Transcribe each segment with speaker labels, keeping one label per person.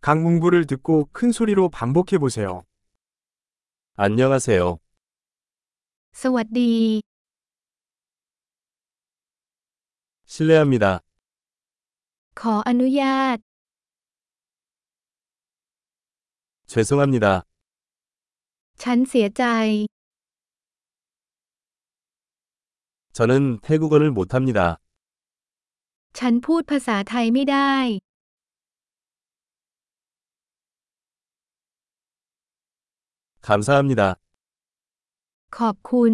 Speaker 1: 각 문구를 듣고 큰 소리로 반복해 보세요.
Speaker 2: 안녕하세요.
Speaker 3: สวัสดี
Speaker 2: 실례합니다.
Speaker 3: ขออนุญาต
Speaker 2: 죄송합니다.
Speaker 3: ฉันเสียใจ
Speaker 2: 저는 태국어를 못합니다.
Speaker 3: ฉันพูดภาษาไทยไม่ได้
Speaker 2: 감사합니다.
Speaker 3: ขอบคุณ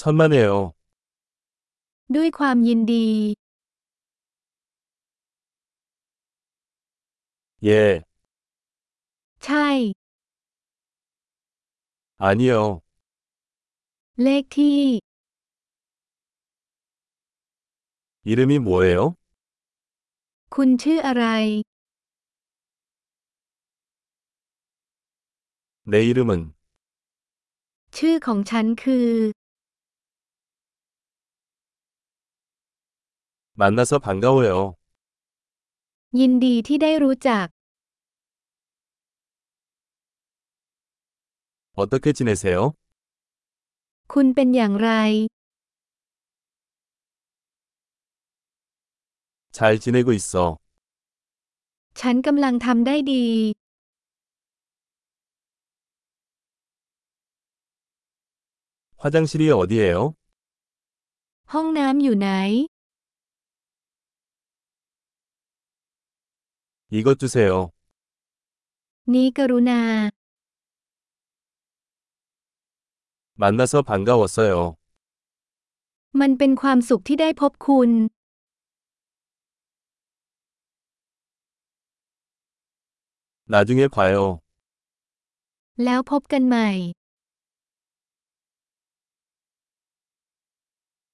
Speaker 2: 천만에요.
Speaker 3: ด้วยความยินดี
Speaker 2: 예,
Speaker 3: ใช่
Speaker 2: 아니요.
Speaker 3: เลขที่
Speaker 2: 이름이 뭐예요?
Speaker 3: คุณชื่ออะไร
Speaker 2: 내 이름은
Speaker 3: ชื่อของฉันคือ
Speaker 2: 만나서 반가워요.
Speaker 3: ยินดีที่ได้รู้จัก
Speaker 2: 어떻게 지내세요?
Speaker 3: คุณเป็นอย่างไร
Speaker 2: 잘 지내고 있어.
Speaker 3: ฉันกำลังทำได้ดี
Speaker 2: 화장실이 어디예요?
Speaker 3: ห้องน้ำอยู่ไหน
Speaker 2: 이것 주세요.
Speaker 3: นี้กรุณา
Speaker 2: 만나서 반가웠어요.
Speaker 3: มันเป็นความสุขที่ได้พบคุณ
Speaker 2: 나중에 봐요.
Speaker 3: แล้วพบกันใหม่